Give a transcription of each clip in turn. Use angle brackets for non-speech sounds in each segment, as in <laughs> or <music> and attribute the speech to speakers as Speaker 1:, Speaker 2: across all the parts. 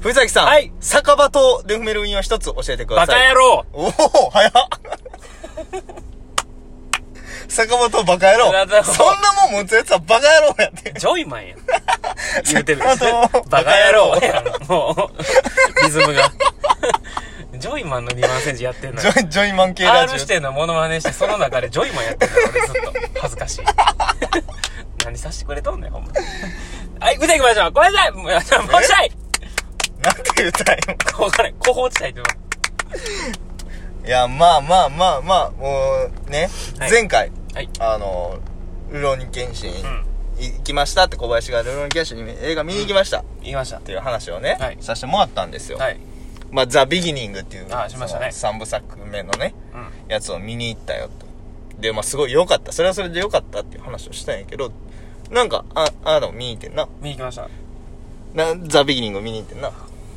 Speaker 1: 藤崎さん。
Speaker 2: はい
Speaker 1: 酒場とで踏める運用一つ教えてくだ
Speaker 2: バ
Speaker 1: さ
Speaker 2: カ
Speaker 1: い。
Speaker 2: 野郎
Speaker 1: おお早っ。 <laughs> 酒場とバカ野郎
Speaker 2: バカ野。郎
Speaker 1: そんなもん持つやつはバカ野郎やって。
Speaker 2: ジョイマンや <laughs> ん。言うてる
Speaker 1: 坂本
Speaker 2: バカ野郎やん。もう、リズムが。ジョイマンの2万センチやってんの
Speaker 1: ジ
Speaker 2: よ。
Speaker 1: ョイ、ジョイマン系ラ
Speaker 2: R
Speaker 1: ジ
Speaker 2: 指定のモノマネして、その中でジョイマンやってんのよ、俺ずっと。恥ずかしい。 <laughs> 何さしてくれとんねん、ほんま。はい、見ていきましょう。ごめんなさいもう、もう一回
Speaker 1: オ。なんて言うたらいいの
Speaker 2: ここから、広報地帯って
Speaker 1: い
Speaker 2: 言
Speaker 1: や、まあまあまあまあ、もうね、
Speaker 2: はい
Speaker 1: 前回、
Speaker 2: うはい。
Speaker 1: あの、ルローニケンシン
Speaker 2: うん。
Speaker 1: 行きましたって小林がルローニケンシンに映画見に行きましたっ
Speaker 2: 言いました。
Speaker 1: ていう話をね、
Speaker 2: はい
Speaker 1: させてもらったんですよ。
Speaker 2: はい。
Speaker 1: まあ、ザ・ビギニングっていう、
Speaker 2: あしましたね
Speaker 1: 3部作目のね、
Speaker 2: うん。
Speaker 1: やつを見に行ったよと。で、まあ、すごい良かった。それはそれで良かったっていう話をしたんやけど、なんか、あ、あの、見に行ってんな。
Speaker 2: 見に行きました。フ
Speaker 1: な、ザ・ビギニング見に行ってんな。フ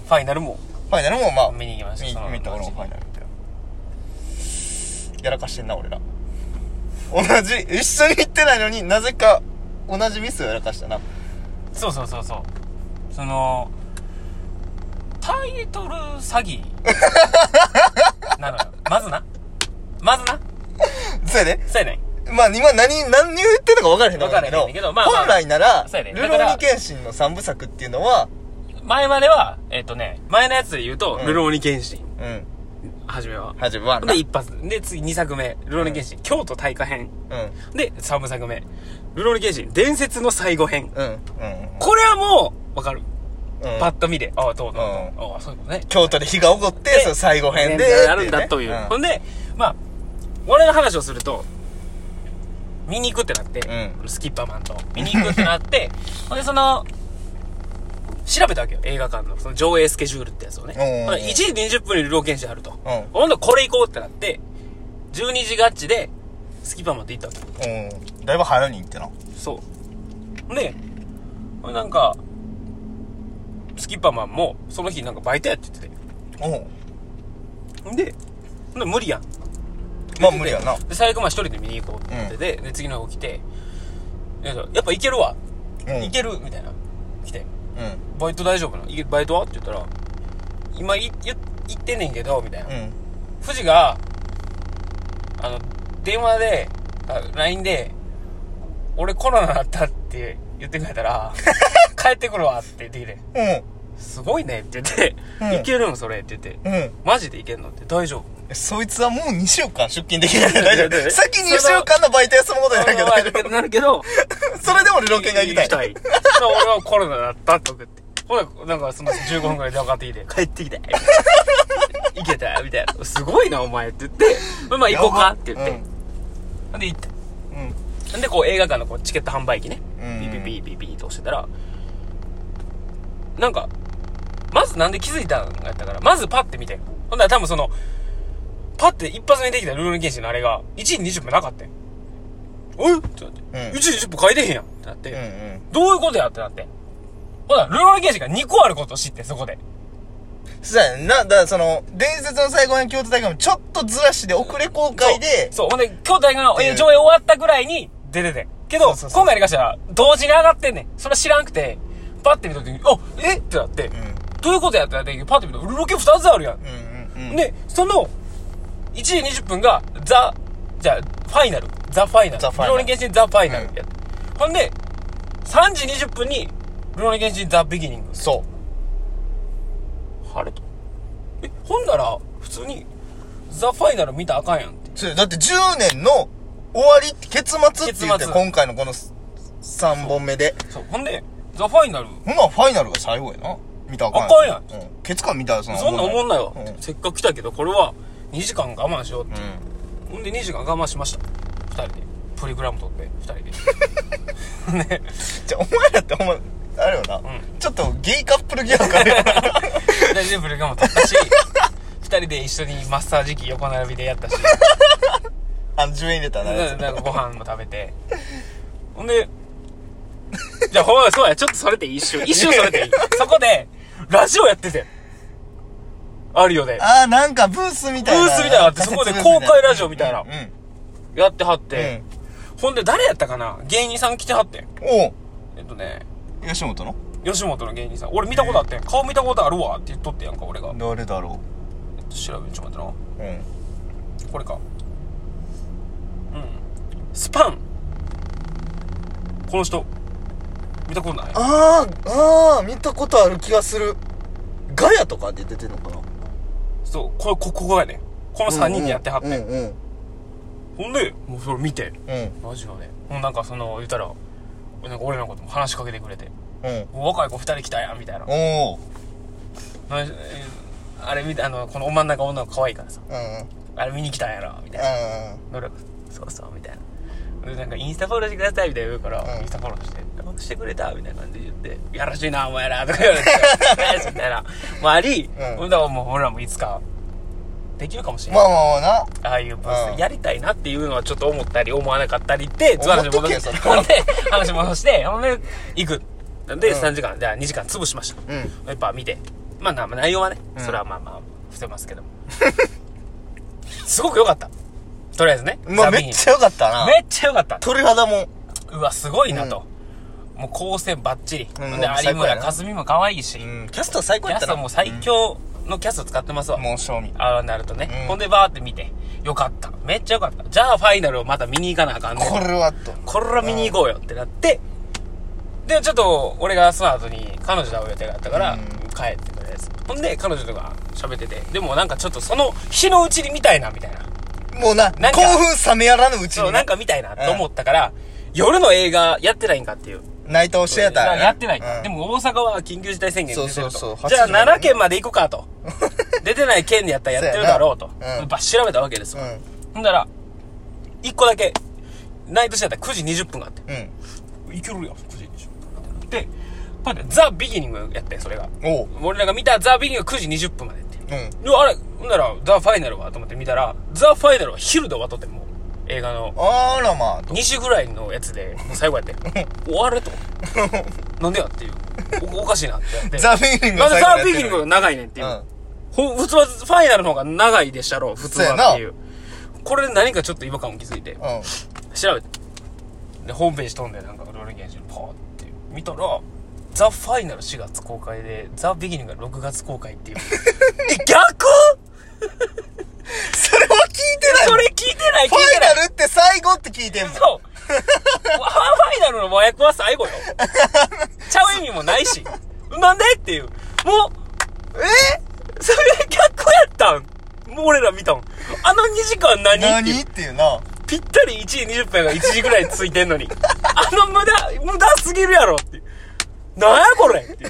Speaker 2: ァイナルも
Speaker 1: ァイナルもまあ、
Speaker 2: 見に行きました。
Speaker 1: 見
Speaker 2: その
Speaker 1: 見た俺もファイナ
Speaker 2: ル。
Speaker 1: ルみたいなやらかしてんな俺ら同じ一緒に行ってないのになぜか同じミスをやらかしたな
Speaker 2: そうそうそうそうそのタイトル
Speaker 1: <laughs>
Speaker 2: 詐欺なのよまずなまずな
Speaker 1: そやで
Speaker 2: そうやね
Speaker 1: まあ今何何を言ってるのか分からへんの
Speaker 2: 分からへんねんけどまあまあ
Speaker 1: 本来なら
Speaker 2: そうや
Speaker 1: 「
Speaker 2: ね
Speaker 1: ルロ
Speaker 2: だから
Speaker 1: ーニケンシン」の三部作っていうのは
Speaker 2: 前まではえっ、とね前のやつで言うと
Speaker 1: う
Speaker 2: 「
Speaker 1: ん
Speaker 2: ルローニケンシン
Speaker 1: うん」
Speaker 2: 初めは
Speaker 1: 始まるな
Speaker 2: で一発で次2作目「ルローニケンシン、京都大火編
Speaker 1: うん」
Speaker 2: で3部作目「ルローニケンシン伝説の最後編
Speaker 1: うんうん」
Speaker 2: これはもうわかる、
Speaker 1: うん
Speaker 2: パッと見でああどうどうどう、
Speaker 1: う
Speaker 2: ああそういうことね
Speaker 1: 京都で火が起こって
Speaker 2: で
Speaker 1: その最後編で
Speaker 2: 全然やるん
Speaker 1: って
Speaker 2: だという、
Speaker 1: ね
Speaker 2: ほんでまあ俺の話をすると見に行くってなって、
Speaker 1: う
Speaker 2: スキッパーマンと見に行くってなって
Speaker 1: <laughs>
Speaker 2: ほんでその調べたわけよ映画館のその上映スケジュールってやつをね
Speaker 1: おー
Speaker 2: ほんで1時20分にルロー検診あると、
Speaker 1: うん
Speaker 2: ほんでこれ行こうってなって12時ガッチでスキッパーマンと行ったわけ
Speaker 1: うんうんだいぶ早に行ってな
Speaker 2: そうでほんでなんかスキッパーマンもその日なんかバイトやって言って
Speaker 1: おう
Speaker 2: てでほんで無理やん
Speaker 1: まあ無理やな
Speaker 2: で最悪まあ一人で見に行こうって言ってて、で次の子来て「でやっぱ行けるわ、
Speaker 1: うん
Speaker 2: 行ける」みたいな来て
Speaker 1: うん
Speaker 2: 「バイト大丈夫なのいけバイトは?」って言ったら「今い言行ってんねんけど」みたいな、
Speaker 1: うん
Speaker 2: 富士があの電話であ LINE で「俺コロナだった」って言ってくれ
Speaker 1: <laughs>
Speaker 2: たら「帰ってくるわ」って言ってきて
Speaker 1: うん
Speaker 2: 「すごいね」って言って「
Speaker 1: うん
Speaker 2: いけるんそれ」って言って
Speaker 1: うん
Speaker 2: 「マジでいけんの?」って「大丈夫」
Speaker 1: そいつはもう2週間出勤できない大丈
Speaker 2: いやいやい
Speaker 1: 夫。
Speaker 2: や
Speaker 1: 先2週間のバイト休むことになるけど大丈
Speaker 2: なるけど
Speaker 1: 夫、それでも旅行券が行きたい。
Speaker 2: 行きたい。まあ俺はコロナだったとかって。ほら、なんかその15分くらいで分かってきて、帰ってきた。行けた、みたいな。すごいな、お前って言って、まあまあ行こうかって言って。ほんで行っ
Speaker 1: うん。うん。
Speaker 2: た。んでこう映画館のこうチケット販売機ね、ピ
Speaker 1: うん
Speaker 2: ーピーピーピーピーと押してたら、なんか、まずなんで気づいたんやったから、まずパッて見て。ほんなら多分その、パッて一発目にできたルール原始のあれが、1時20分なかったよ。えってなって、
Speaker 1: うん
Speaker 2: 1時20分書いてへんやんってなって、
Speaker 1: うんうん。
Speaker 2: どういうことやってなって。ほら、ルローニケンシンが2個あることを知って、そこで。
Speaker 1: そうやねんな、だからその、伝説の最後の京都大会もちょっとずらしで遅れ公開で、
Speaker 2: そう、ほんで、兄弟が
Speaker 1: ていう
Speaker 2: え上映終わったぐらいに出ててん。けど、
Speaker 1: そうそうそう
Speaker 2: 今回に関しては、同時に上がってんねん。それは知らんくて、パッて見た時に、あ、えってなって、どういうことやってなって、パッて見たら、ルロケ2つあるやん。
Speaker 1: うんうんうん。
Speaker 2: で、その、1時20分が、ザ、じゃあ、ファイナル。ザ・ファイナル。
Speaker 1: ザファイナル
Speaker 2: ルローニケンシンザ・ファイナルやって、ほんで、3時20分に、ルローニケンシンザ・ビギニング。
Speaker 1: そ
Speaker 2: あれと。え、 <laughs> ほんなら、普通に、ザ・ファイナル見たらあかんやんって。
Speaker 1: う。そうだって10年の終わりって、結末って言って、
Speaker 2: 結末
Speaker 1: 今回のこの3本目で。
Speaker 2: そう。ほんで、ザ・ファイナル、
Speaker 1: ほな、ファイナルが最後やな。見たらあ
Speaker 2: あ
Speaker 1: か
Speaker 2: か
Speaker 1: んやん。うん。ケツか見たらその。
Speaker 2: そんなん思んないわ。
Speaker 1: う
Speaker 2: せっかく来たけど、これは、2時間我慢しようって。
Speaker 1: ん。
Speaker 2: ほんで、2時間我慢しました。二人で。プリグラム撮って、二人 <laughs> で。
Speaker 1: じゃあ、お前らってほんま、あれよな、ちょっとゲイカップルギャグあるよな。
Speaker 2: <laughs> 二人でプリグラム撮ったし、二人で一緒にマッサージ機横並びでや <laughs> ったし、
Speaker 1: あの、10円入れたな。
Speaker 2: ななんかご飯も食べて。ほんで、じゃあほんまそうや、ちょっとそれでいい一 <laughs> 瞬。一瞬それでいい。そこで、ラジオやってて。あるよね。
Speaker 1: ああ、なんかブースみたいな。
Speaker 2: ブースみたいなのあってそこで公開ラジオみたいな
Speaker 1: うん。うん
Speaker 2: やってはって、ほんで誰やったかな芸人さん来てはってん
Speaker 1: おう
Speaker 2: えっとね、
Speaker 1: 吉本の
Speaker 2: 吉本の芸人さん。俺見たことあってん。顔見たことあるわって言っとってやんか、俺が。
Speaker 1: 誰だろ
Speaker 2: 調べるちょっと待って
Speaker 1: ううん
Speaker 2: な。これか。うん。スパン。この人。見たことない
Speaker 1: あーあー見たことある気がするガヤとかで出てんのかな
Speaker 2: そう、これ、こ、ここやねん。この3人でやってはって。
Speaker 1: うんうん
Speaker 2: ほんで、もうそれ見て。
Speaker 1: うん
Speaker 2: ラジオで。もうなんかその、言ったら、なんか俺のことも話しかけてくれて。
Speaker 1: うん
Speaker 2: もう若い子2人来たやん、みたいな。
Speaker 1: おお
Speaker 2: なえあれ見て、あの、この真ん中女の子可愛いからさ。
Speaker 1: うんうん
Speaker 2: あれ見に来たんやろ、みたいな。努力そうそうみたいなでなんかインスタフォローしてくださいみたいな言うから、
Speaker 1: うん
Speaker 2: インスタフォローして「フォローしてくれた」みたいな感じで言って「やらしいなお前ら」とか言われて <laughs> 「みたいなもあり、
Speaker 1: うん
Speaker 2: ほんだらもう俺らもいつかできるかもしれな
Speaker 1: ま
Speaker 2: い、
Speaker 1: あまあまあ
Speaker 2: ああいうブース
Speaker 1: うん
Speaker 2: でやりたいなっていうのはちょっと思ったり思わなかったりって
Speaker 1: 思っとけ
Speaker 2: 戻して
Speaker 1: それは
Speaker 2: ほんで話戻してほんで行くなんで
Speaker 1: うん
Speaker 2: 3時間、じゃあ2時間潰しました
Speaker 1: なうん
Speaker 2: やっぱ見てまあな内容はね、
Speaker 1: うん
Speaker 2: それはまあまあ伏せますけども <laughs> すごく良かったとりあえずね
Speaker 1: まあ
Speaker 2: ザビ
Speaker 1: め
Speaker 2: ー
Speaker 1: っ
Speaker 2: ン
Speaker 1: ちゃ良かったな
Speaker 2: めっちゃ良かった
Speaker 1: 鳥肌も
Speaker 2: うわすごいなと、もう光線バッチリ、
Speaker 1: うん
Speaker 2: で
Speaker 1: もう最
Speaker 2: 有
Speaker 1: 高や
Speaker 2: 村
Speaker 1: な
Speaker 2: 架純も可愛いし、
Speaker 1: うんキャスト最
Speaker 2: キ
Speaker 1: 高や
Speaker 2: ャ
Speaker 1: った
Speaker 2: ス
Speaker 1: な
Speaker 2: トもう最強のキャスト使ってますわ、
Speaker 1: もう賞味
Speaker 2: ああなるとね、
Speaker 1: うん
Speaker 2: ほんでバーって見てよかっためっちゃよかったじゃあファイナルをまた見に行かなあかんねん
Speaker 1: これはと
Speaker 2: これは見に行こうよってなって、で、ちょっと、俺がその後に彼女と会う予定があったから、
Speaker 1: うん
Speaker 2: 帰ってくれです。ほんで、彼女とか喋ってて、でもなんかちょっとその日のうちに見たいな、みたいな。
Speaker 1: もうな
Speaker 2: なんか
Speaker 1: 興奮冷めやらぬうち
Speaker 2: そう、
Speaker 1: に
Speaker 2: なんか見たいなと思ったから、夜の映画やってないんかっていう。
Speaker 1: 内藤シアター
Speaker 2: なやってない、
Speaker 1: うん
Speaker 2: でも大阪は緊急事態宣言出てると
Speaker 1: そうそうそう
Speaker 2: じゃ
Speaker 1: 8時まで
Speaker 2: あ
Speaker 1: ね
Speaker 2: 奈良県まで行こう
Speaker 1: <laughs>
Speaker 2: かと。出てない県でやったらやってるだろうと。
Speaker 1: そうやなうん
Speaker 2: ばっ調べたわけです
Speaker 1: う
Speaker 2: よ。
Speaker 1: ん
Speaker 2: ほんだら、一個だけ、ナイトシアター9時20分があって。
Speaker 1: うん
Speaker 2: いけるやん、9時20分。で、こうやってザ・ビギニングやってんそれが。
Speaker 1: おう
Speaker 2: 俺らが見たザ・ビギニングが9時20分までって。
Speaker 1: うん
Speaker 2: で、あれ、ほんなら、ザ・ファイナルはと思って見たら、ザ・ファイナルは昼で終わっとってんもう。映画の
Speaker 1: あらまあと
Speaker 2: 2時ぐらいのやつで、もう最後やって。 <laughs> 終わると。なんでやっていう。おおかしいなってやって。
Speaker 1: ザ・ビーニング
Speaker 2: なんで <laughs> ザ・ビギニング
Speaker 1: グ。
Speaker 2: が長いねんっていううんほ普通はファイナルの方が長いでしたろう、普通はっていう
Speaker 1: そ。
Speaker 2: これで何かちょっと違和感を気づいて。
Speaker 1: うん
Speaker 2: 調べてでホームページ飛んでなんかルールゲージのパーって見たら「ザ・ファイナル4月公開で「ザ・ビギニングが6月公開っていうえ逆
Speaker 1: それは聞いてない
Speaker 2: それ聞いてない聞い
Speaker 1: ファ
Speaker 2: て
Speaker 1: イ
Speaker 2: ない
Speaker 1: ナルって最後って聞いてんもん
Speaker 2: そうファファイナルの和訳は最後よちゃう意味もないしなんでっていうもうそれ逆やったんもう俺ら見たんあの2時間何
Speaker 1: え
Speaker 2: ってい
Speaker 1: 何
Speaker 2: う
Speaker 1: っていうな
Speaker 2: ぴったり1時20分が1時ぐらいついてんのに。あの無駄、無駄すぎるやろっていう。なんやこれってい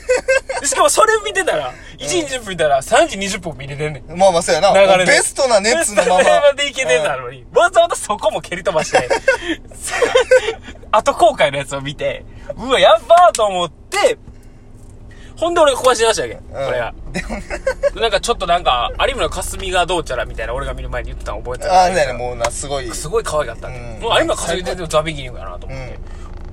Speaker 2: うしかもそれ見てたら、1時20分見たら3時20分見れてんねん。
Speaker 1: まあまあそうやな
Speaker 2: 流れで。
Speaker 1: ベストな熱のまま
Speaker 2: ベストなままでいけてたのに、わざわざそこも蹴り飛ばして、 <laughs> 後後悔のやつを見て、うわ、やっばーと思って、ほんで俺が壊し出したわけ。こ
Speaker 1: うん
Speaker 2: れが。なんかちょっとなんか、有村架純がどうちゃらみたいな俺が見る前に言ってたの覚えてた
Speaker 1: ああみたいなもうなすごい
Speaker 2: すごい可愛かったんで、
Speaker 1: うん
Speaker 2: もう有馬稼ぎ出てるザビギニングやなと思って、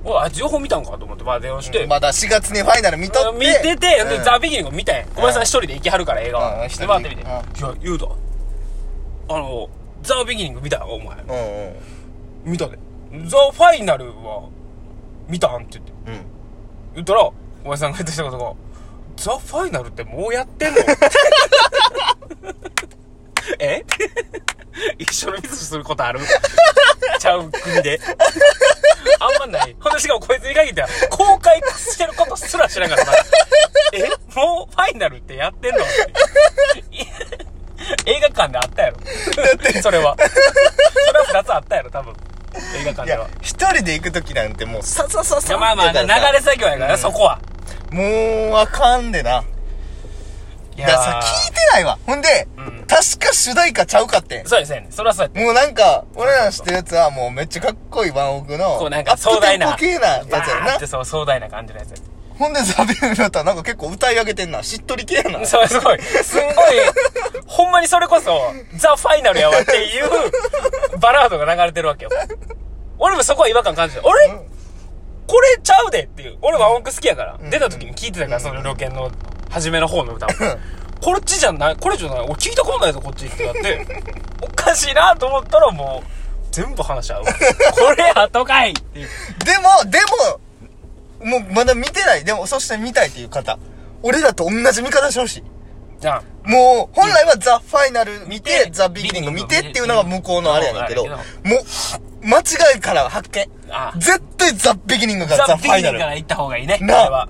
Speaker 2: うわあいつ情報見たんかと思ってまあ電話して、
Speaker 1: まだ4月にファイナル見とって
Speaker 2: 見てて、
Speaker 1: うん
Speaker 2: でザ・ビギニング見たんやごめんなさい、一人で行きはるから映画
Speaker 1: うん
Speaker 2: は、
Speaker 1: 一人
Speaker 2: で
Speaker 1: で
Speaker 2: 待ってみて、
Speaker 1: うん
Speaker 2: いや言うとあのザ・ビギニング見たよお前
Speaker 1: うん
Speaker 2: 見たでザ・ファイナルは見たんって言って
Speaker 1: うん
Speaker 2: 言ったらお前さんが言ってきたことが「ザ・ファイナルってもうやってん
Speaker 1: <laughs>
Speaker 2: の? <laughs> え」一緒のミスすることあるちゃう国であんまないほんでしかもこいつに限っては公開してることすら知らなかったから
Speaker 1: <laughs>
Speaker 2: えもうファイナルってやってんのって映画館であったやろそれはそれは2つあったやろ多分映画館
Speaker 1: い
Speaker 2: で
Speaker 1: や
Speaker 2: は
Speaker 1: 一人で行く時なんてもうさささ
Speaker 2: いや
Speaker 1: さ
Speaker 2: まあまあ流れ作業やから、ねそこは
Speaker 1: れもうあかんでないだからさ聞いてないわほんで
Speaker 2: うん
Speaker 1: 確か主題歌ちゃうかってん
Speaker 2: そうですね。それはそうやって。
Speaker 1: もうなんか俺らの知ってるやつはもうめっちゃかっこいいワンオクの
Speaker 2: こうなんか壮大
Speaker 1: ア
Speaker 2: な。
Speaker 1: ップテンポ系なやつやろ
Speaker 2: バー
Speaker 1: な
Speaker 2: ってそう壮大な感じのやつや
Speaker 1: ほんでザビエルだったらなんか結構歌い上げてんな。しっとり系やな。
Speaker 2: そう、すごい。すんごい、ほんまにそれこそ、ザ・ファイナルやわっていう、バラードが流れてるわけよ。俺もそこは違和感感じて、俺、
Speaker 1: ん
Speaker 2: これちゃうでっていう。俺は音楽好きやから、出た時に聞いてたから、その旅券の、初めの方の歌を。こっちじゃない、これじゃない、俺聞いたことないぞ、こっちってなって、おかしいなと思ったらも
Speaker 1: <laughs>
Speaker 2: う、全部話し合うわ。これ後かいっていう。
Speaker 1: でも、でも、もうまだ見てない。でも、そして見たいっていう方。俺らと同じ見方してほしい。
Speaker 2: じゃあ、
Speaker 1: もう、本来はザ・ファイナル見て
Speaker 2: 見て、
Speaker 1: ザ・ビギニング見てっていうのが向こうのあれやねんけど、
Speaker 2: うん
Speaker 1: もう、間違いから発見。
Speaker 2: あ
Speaker 1: 絶対ザ・ビギニングが
Speaker 2: ザ・
Speaker 1: ザ・
Speaker 2: ビ
Speaker 1: フ
Speaker 2: ギニ
Speaker 1: ァイ
Speaker 2: ング
Speaker 1: ナ
Speaker 2: から
Speaker 1: ル。
Speaker 2: 行った方がいいね。
Speaker 1: なあ
Speaker 2: これは。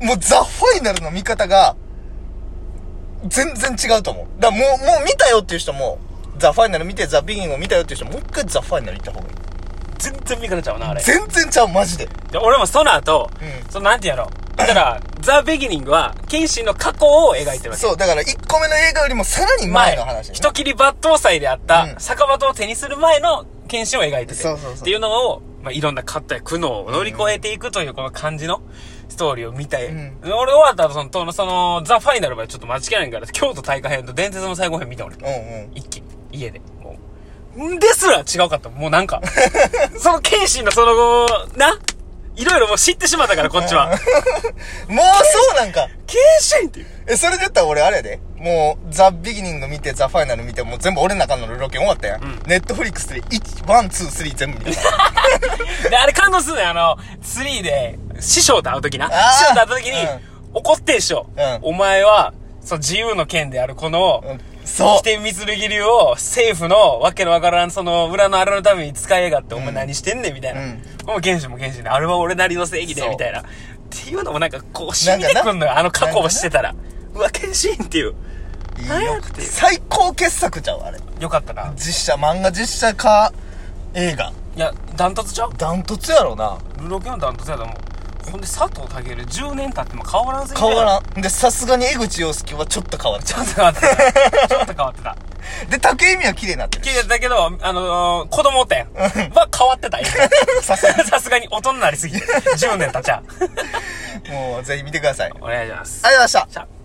Speaker 1: もうザ・ファイナルの見方が、全然違うと思う。だからもう、もう見たよっていう人も、ザ・ファイナル見て、ザ・ビギニングを見たよっていう人も、もう一回ザ・ファイナル行った方がいい。
Speaker 2: 全然見方ちゃうな、あれ。
Speaker 1: 全然ちゃう、マジで。
Speaker 2: で俺もその後、
Speaker 1: うん
Speaker 2: そのなんてやろう。
Speaker 1: <laughs>
Speaker 2: だから、ザ・ビギニングは、謙信の過去を描いてるわけ。
Speaker 1: そう、だから1個目の映画よりもさらに前の話、ね。
Speaker 2: 人切り抜刀祭であっ
Speaker 1: う
Speaker 2: た、
Speaker 1: ん
Speaker 2: 酒場を手にする前の剣心を描いてて。
Speaker 1: そうそうそう
Speaker 2: っていうのを、まあ、いろんな葛藤や苦悩を乗り越えていくという、この感じのストーリーを見たい。
Speaker 1: ん
Speaker 2: 俺終わった後、そのと、その、ザ・ファイナルまでちょっと待ちきれないから、京都大会編と伝説の最後編見た俺。
Speaker 1: うんうん。
Speaker 2: 一気に、家で。もう。んですら違うかった。もうなん <laughs> か、その剣心のその後、な、いろいろもう知ってしまったから、こっちは。
Speaker 1: もうそうなんか。
Speaker 2: <laughs> 剣心っていう。
Speaker 1: え、それで言ったら俺あれやで。もう、ザ・ビギニング見て、ザ・ファイナル見て、もう全部俺の中のルロケン終わったやん。ネットフリックスで、1、1、2、3全部見た。
Speaker 2: で、あれ感動するね、あの、3で、師匠と会うときな。
Speaker 1: あー
Speaker 2: 師匠と会ったときに、
Speaker 1: う
Speaker 2: 怒ってんしょ。
Speaker 1: うん
Speaker 2: お前は、その自由の剣であるこの、
Speaker 1: そ
Speaker 2: 起点三剣流を政府のわけのわからんその裏のあれのために使いやがって、お前何してんねんみたいな。
Speaker 1: うん
Speaker 2: もう剣士も剣士で、あれは俺なりの正義で
Speaker 1: そう
Speaker 2: みたいな。っていうのもなんかこう染みてくんのよ、あの過去をしてたら。うわ、剣士っていう。
Speaker 1: う。いい
Speaker 2: なんや
Speaker 1: よ
Speaker 2: って。
Speaker 1: 最高傑作じゃん、あれ。
Speaker 2: よかったな。
Speaker 1: 実写、漫画実写化、映画。
Speaker 2: いや、ダントツちゃう
Speaker 1: ダントツやろな。
Speaker 2: ルロケのダントツやと思う。ほんで佐藤健10年経っても変わらんすぎ
Speaker 1: 変わ
Speaker 2: ん。
Speaker 1: らん。で、さすがに江口洋介はちょっと変わっち
Speaker 2: ち
Speaker 1: ゃ
Speaker 2: ょっと変わってた。ちょっと変わって <laughs> た。
Speaker 1: う。で、竹井美は綺麗になってる
Speaker 2: 聞い。てたけど、あのー、子供おったやん。は変わってた。
Speaker 1: さすが
Speaker 2: <laughs> さすがに大人になりすぎて。10年経っちゃ
Speaker 1: に。
Speaker 2: う。
Speaker 1: もう、ぜひ見てください。ありがとう
Speaker 2: お願いします。
Speaker 1: ございました。
Speaker 2: じゃあ